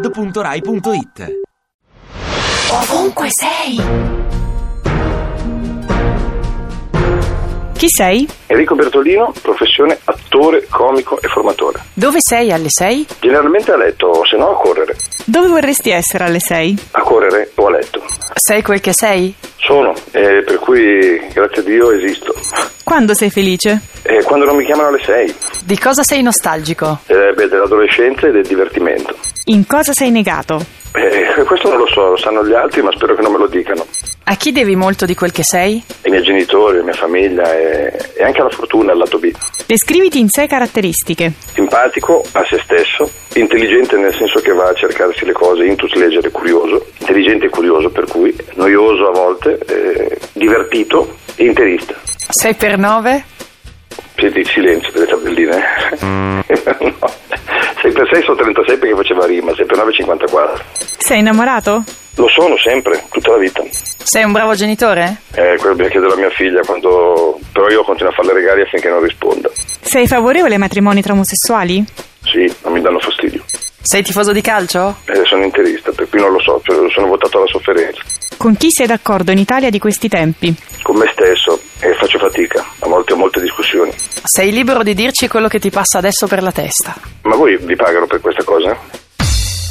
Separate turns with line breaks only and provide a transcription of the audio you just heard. radio2pod.rai.it
Ovunque sei.
Chi sei?
Enrico Bertolino, professione attore, comico e formatore.
Dove sei alle 6?
Generalmente a letto, se no a correre.
Dove vorresti essere alle 6?
A correre o a letto.
Sei quel che sei?
Sono, eh, per cui grazie a Dio esisto.
Quando sei felice?
Eh, quando non mi chiamano alle 6,
Di cosa sei nostalgico?
eh, beh, dell'adolescenza e del divertimento.
In cosa sei negato?
Eh, questo non lo so, lo sanno gli altri, ma spero che non me lo dicano.
A chi devi molto di quel che sei?
I miei genitori, la mia famiglia eh, e anche alla fortuna al lato B.
Descriviti in sei caratteristiche.
Simpatico a se stesso, intelligente nel senso che va a cercarsi le cose, intus leggere, curioso, intelligente e curioso per cui, noioso a volte, eh, divertito e interista.
6 per 9?
Senti il silenzio delle tabelline. eh? no. 6 per 6 sono 36 perché faceva rima, 6 per 9 è 54.
Sei innamorato?
Lo sono sempre, tutta la vita.
Sei un bravo genitore?
Eh, quello bisogna chiedere a mia figlia, quando... però io continuo a farle regali affinché non risponda.
Sei favorevole ai matrimoni tra omosessuali?
Sì, non mi danno fastidio.
Sei tifoso di calcio?
Eh, sono interista, per cui non lo so, cioè, sono votato alla sofferenza.
Con chi sei d'accordo in Italia di questi tempi?
Con me stesso eh, faccio fatica, a volte ho molte discussioni.
Sei libero di dirci quello che ti passa adesso per la testa.
Ma voi vi pagano per questa cosa?